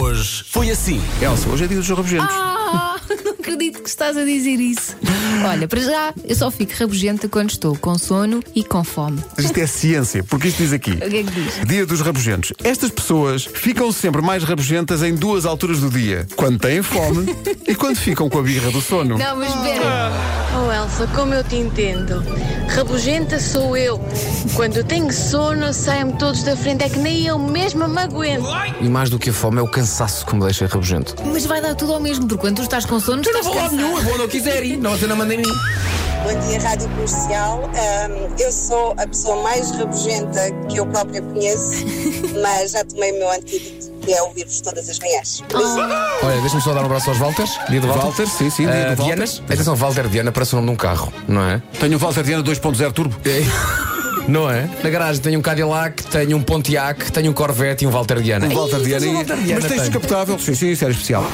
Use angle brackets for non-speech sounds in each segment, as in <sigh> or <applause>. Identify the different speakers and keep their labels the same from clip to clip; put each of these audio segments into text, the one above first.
Speaker 1: Hoje foi assim.
Speaker 2: Elsa, hoje é dia dos rabugentos.
Speaker 3: Ah, <laughs> não acredito que estás a dizer isso. Olha, para já, eu só fico rabugenta quando estou com sono e com fome.
Speaker 2: Isto é ciência, porque isto diz aqui.
Speaker 3: O que é que diz?
Speaker 2: Dia dos rabugentos. Estas pessoas ficam sempre mais rabugentas em duas alturas do dia: quando têm <laughs> fome e quando ficam com a birra do sono.
Speaker 3: Não, mas espera.
Speaker 4: Oh Elsa, como eu te entendo. Rabugenta sou eu. Quando tenho sono, saem-me todos da frente, é que nem eu mesma me aguento.
Speaker 5: E mais do que a fome é o cansaço que me deixa rabugento.
Speaker 3: Mas vai dar tudo ao mesmo, porque quando tu estás com sono, estás cansado.
Speaker 5: eu vou onde eu quiser ir. Não, você não manda em mim.
Speaker 6: Bom dia, Rádio Comercial. Ahm, eu sou a pessoa mais rabugenta que eu própria conheço, mas já tomei o meu antídoto, que é ouvir-vos todas as manhãs.
Speaker 5: Olha, deixa-me só dar um abraço aos Walters. Dia do Walter.
Speaker 2: Walter, sim, sim, dia
Speaker 5: Ah,
Speaker 2: do Walter.
Speaker 5: Dianas. Atenção, Walter Diana parece o nome de um carro, não é?
Speaker 2: Tenho um Walter Diana 2.0 Turbo.
Speaker 5: É. Não é? Na garagem tenho um Cadillac, tenho um Pontiac, tenho um Corvette e um Walter Diana.
Speaker 2: Um Walter Diana. e- Mas tens
Speaker 5: tenho.
Speaker 2: descapotável. Sim, sim, isso era especial.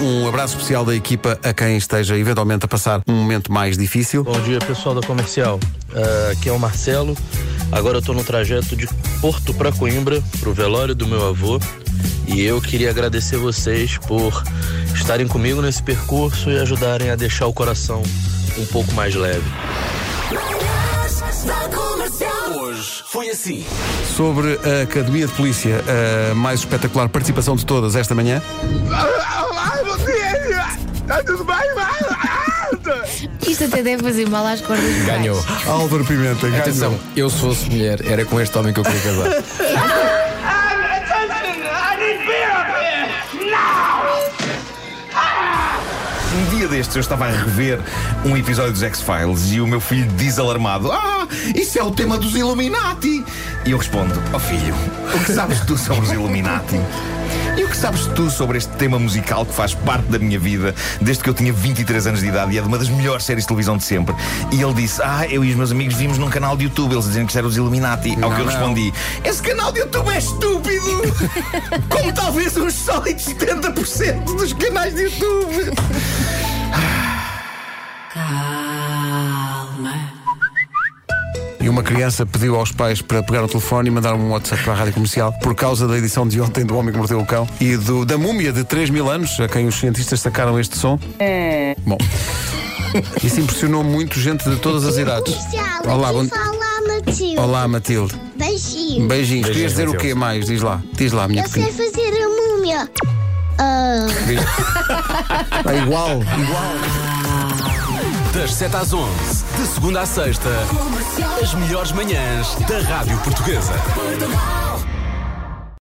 Speaker 2: Um abraço especial da equipa a quem esteja eventualmente a passar um momento mais difícil.
Speaker 7: Bom dia, pessoal da Comercial. Ah, aqui é o Marcelo. Agora eu tô no trajeto de Porto para Coimbra, pro velório do meu avô. E eu queria agradecer vocês por estarem comigo nesse percurso e ajudarem a deixar o coração um pouco mais leve.
Speaker 1: Hoje foi assim.
Speaker 2: Sobre a Academia de Polícia, a mais espetacular participação de todas esta manhã.
Speaker 3: Isto até deve fazer mal às cordas vocais.
Speaker 5: Ganhou.
Speaker 2: Álvaro Pimenta, ganhou.
Speaker 5: Atenção, eu se fosse mulher, era com este homem que eu queria casar.
Speaker 8: Um, attention! I need beer up here! Now!
Speaker 9: Um dia destes eu estava a rever um episódio dos X-Files e o meu filho diz alarmado: Ah, isso é o tema dos Illuminati! E eu respondo: Ó filho, o que sabes tu sobre os Illuminati? E o que sabes tu sobre este tema musical que faz parte da minha vida desde que eu tinha 23 anos de idade e é de uma das melhores séries de televisão de sempre? E ele disse: Ah, eu e os meus amigos vimos num canal de YouTube eles dizendo que isto era os Illuminati. Ao que eu respondi: Esse canal de YouTube é estúpido! Como talvez um uns sólidos 70% dos canais de YouTube!
Speaker 2: E uma criança pediu aos pais para pegar o telefone e mandar um WhatsApp para a rádio comercial por causa da edição de ontem do Homem que Mordeu o Cão e do- da múmia de 3 mil anos, a quem os cientistas sacaram este som. Bom, isso impressionou muito gente de todas as idades. Olá, bom-
Speaker 10: Fala, Matilde.
Speaker 2: Olá Matilde.
Speaker 10: Beijinho.
Speaker 2: Beijinhos. Querias dizer o
Speaker 5: Matilde.
Speaker 2: quê mais? Diz lá. Diz lá, minha
Speaker 10: Eu sei
Speaker 2: pequena.
Speaker 10: fazer a múmia. <laughs>
Speaker 2: Ah, igual.
Speaker 1: Das 7 às 11, de segunda à sexta, as melhores manhãs da Rádio Portuguesa.